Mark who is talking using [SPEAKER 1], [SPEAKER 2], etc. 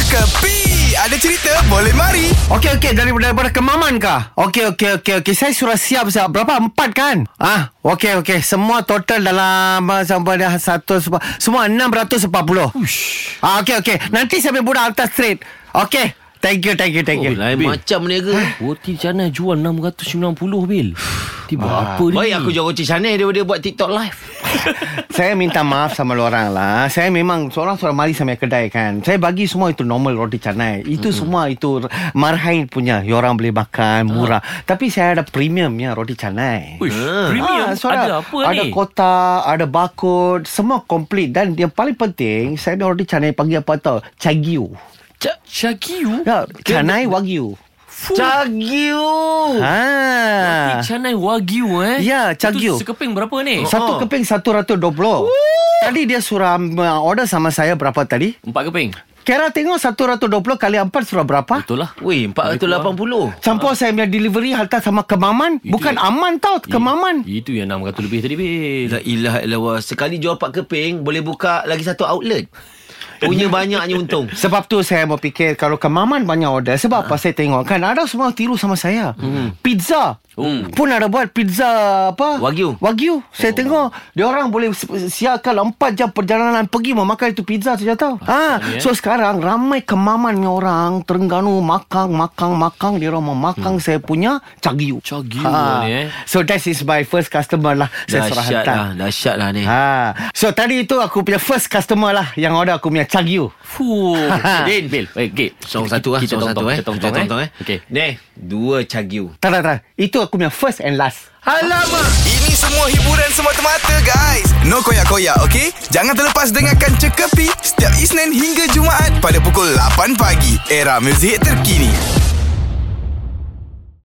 [SPEAKER 1] Kepi Ada cerita boleh mari
[SPEAKER 2] Okey okey dari daripada kemaman kah? Okey okey okey okey saya sudah siap siap berapa empat kan? Ah okey okey semua total dalam ah, sampai dah satu semua semua 640. Ush. Ah okey okey nanti saya ambil budak atas straight. Okey. Thank you thank you thank you.
[SPEAKER 3] Oh, lain
[SPEAKER 4] Bil.
[SPEAKER 3] macam berniaga Roti canai jual 690 bil Tiba apa ni
[SPEAKER 4] Baik aku jual roti canai daripada buat TikTok live.
[SPEAKER 2] saya minta maaf sama lu orang lah. Saya memang seorang-seorang mari sama kedai kan. Saya bagi semua itu normal roti canai. Itu mm-hmm. semua itu marhain punya. You orang boleh makan murah. Tapi saya ada premiumnya roti canai.
[SPEAKER 3] Ah. Uish, premium
[SPEAKER 2] Ah, suara,
[SPEAKER 3] ada apa
[SPEAKER 2] ada
[SPEAKER 3] ni?
[SPEAKER 2] kotak, ada barcode, semua komplit dan yang paling penting saya ni roti canai panggil apa tau? Chagyu.
[SPEAKER 3] Ca- Chagiu?
[SPEAKER 2] Ya, canai wagyu.
[SPEAKER 3] Fuh,
[SPEAKER 4] Cagiu.
[SPEAKER 2] oh.
[SPEAKER 3] Oh.
[SPEAKER 2] Ha.
[SPEAKER 3] Canai Wagyu eh
[SPEAKER 2] Ya, Chagiu.
[SPEAKER 3] Itu sekeping berapa ni?
[SPEAKER 2] Satu keping 120. Tadi dia surah uh, order sama saya berapa tadi?
[SPEAKER 3] Empat keping
[SPEAKER 2] Kira tengok 120 kali 4 surah berapa?
[SPEAKER 3] Betul Ah. lah
[SPEAKER 4] Weh 480.
[SPEAKER 2] Campur saya punya delivery hantar sama kemaman. Bukan
[SPEAKER 3] ya.
[SPEAKER 2] aman tau, kemaman.
[SPEAKER 3] Itu yang 600 lebih tadi bil
[SPEAKER 4] La ilaha illallah. Sekali jual 4 keping boleh buka lagi satu outlet. Punya banyaknya untung.
[SPEAKER 2] Sebab tu saya mau fikir kalau kemaman banyak order. Sebab apa saya tengok kan ada semua tiru sama saya. Pizza.
[SPEAKER 3] Hmm.
[SPEAKER 2] Pun ada buat pizza apa?
[SPEAKER 4] Wagyu.
[SPEAKER 2] Wagyu. Saya tengok dia orang boleh s- siarkan 4 jam perjalanan pergi memakan itu pizza saja tau. Ah,
[SPEAKER 3] ni, eh.
[SPEAKER 2] so sekarang ramai kemaman punya orang Terengganu makan makan makan dia orang memakan saya punya cagyu.
[SPEAKER 3] Chagyu
[SPEAKER 2] Ah.
[SPEAKER 3] ni, eh.
[SPEAKER 2] So that is my first customer lah. Saya suruh
[SPEAKER 4] Dahsyat
[SPEAKER 2] hantar.
[SPEAKER 4] lah. Dahsyat lah ni.
[SPEAKER 2] Ha. So tadi itu aku punya first customer lah yang order aku punya cagyu.
[SPEAKER 3] Fuh Din Bil Baik okay.
[SPEAKER 4] Song satu lah.
[SPEAKER 3] Kita
[SPEAKER 4] Song satu
[SPEAKER 3] tong-tong,
[SPEAKER 4] eh.
[SPEAKER 3] Kita tong-tong,
[SPEAKER 4] Kita
[SPEAKER 3] eh Okay
[SPEAKER 4] Ni. Dua cagiu.
[SPEAKER 2] Tak, tak, tak. Itu aku punya first and last.
[SPEAKER 4] Alamak.
[SPEAKER 1] Ini semua hiburan semata-mata guys No koyak-koyak ok Jangan terlepas dengarkan Cekapi Setiap Isnin hingga Jumaat Pada pukul 8 pagi Era muzik terkini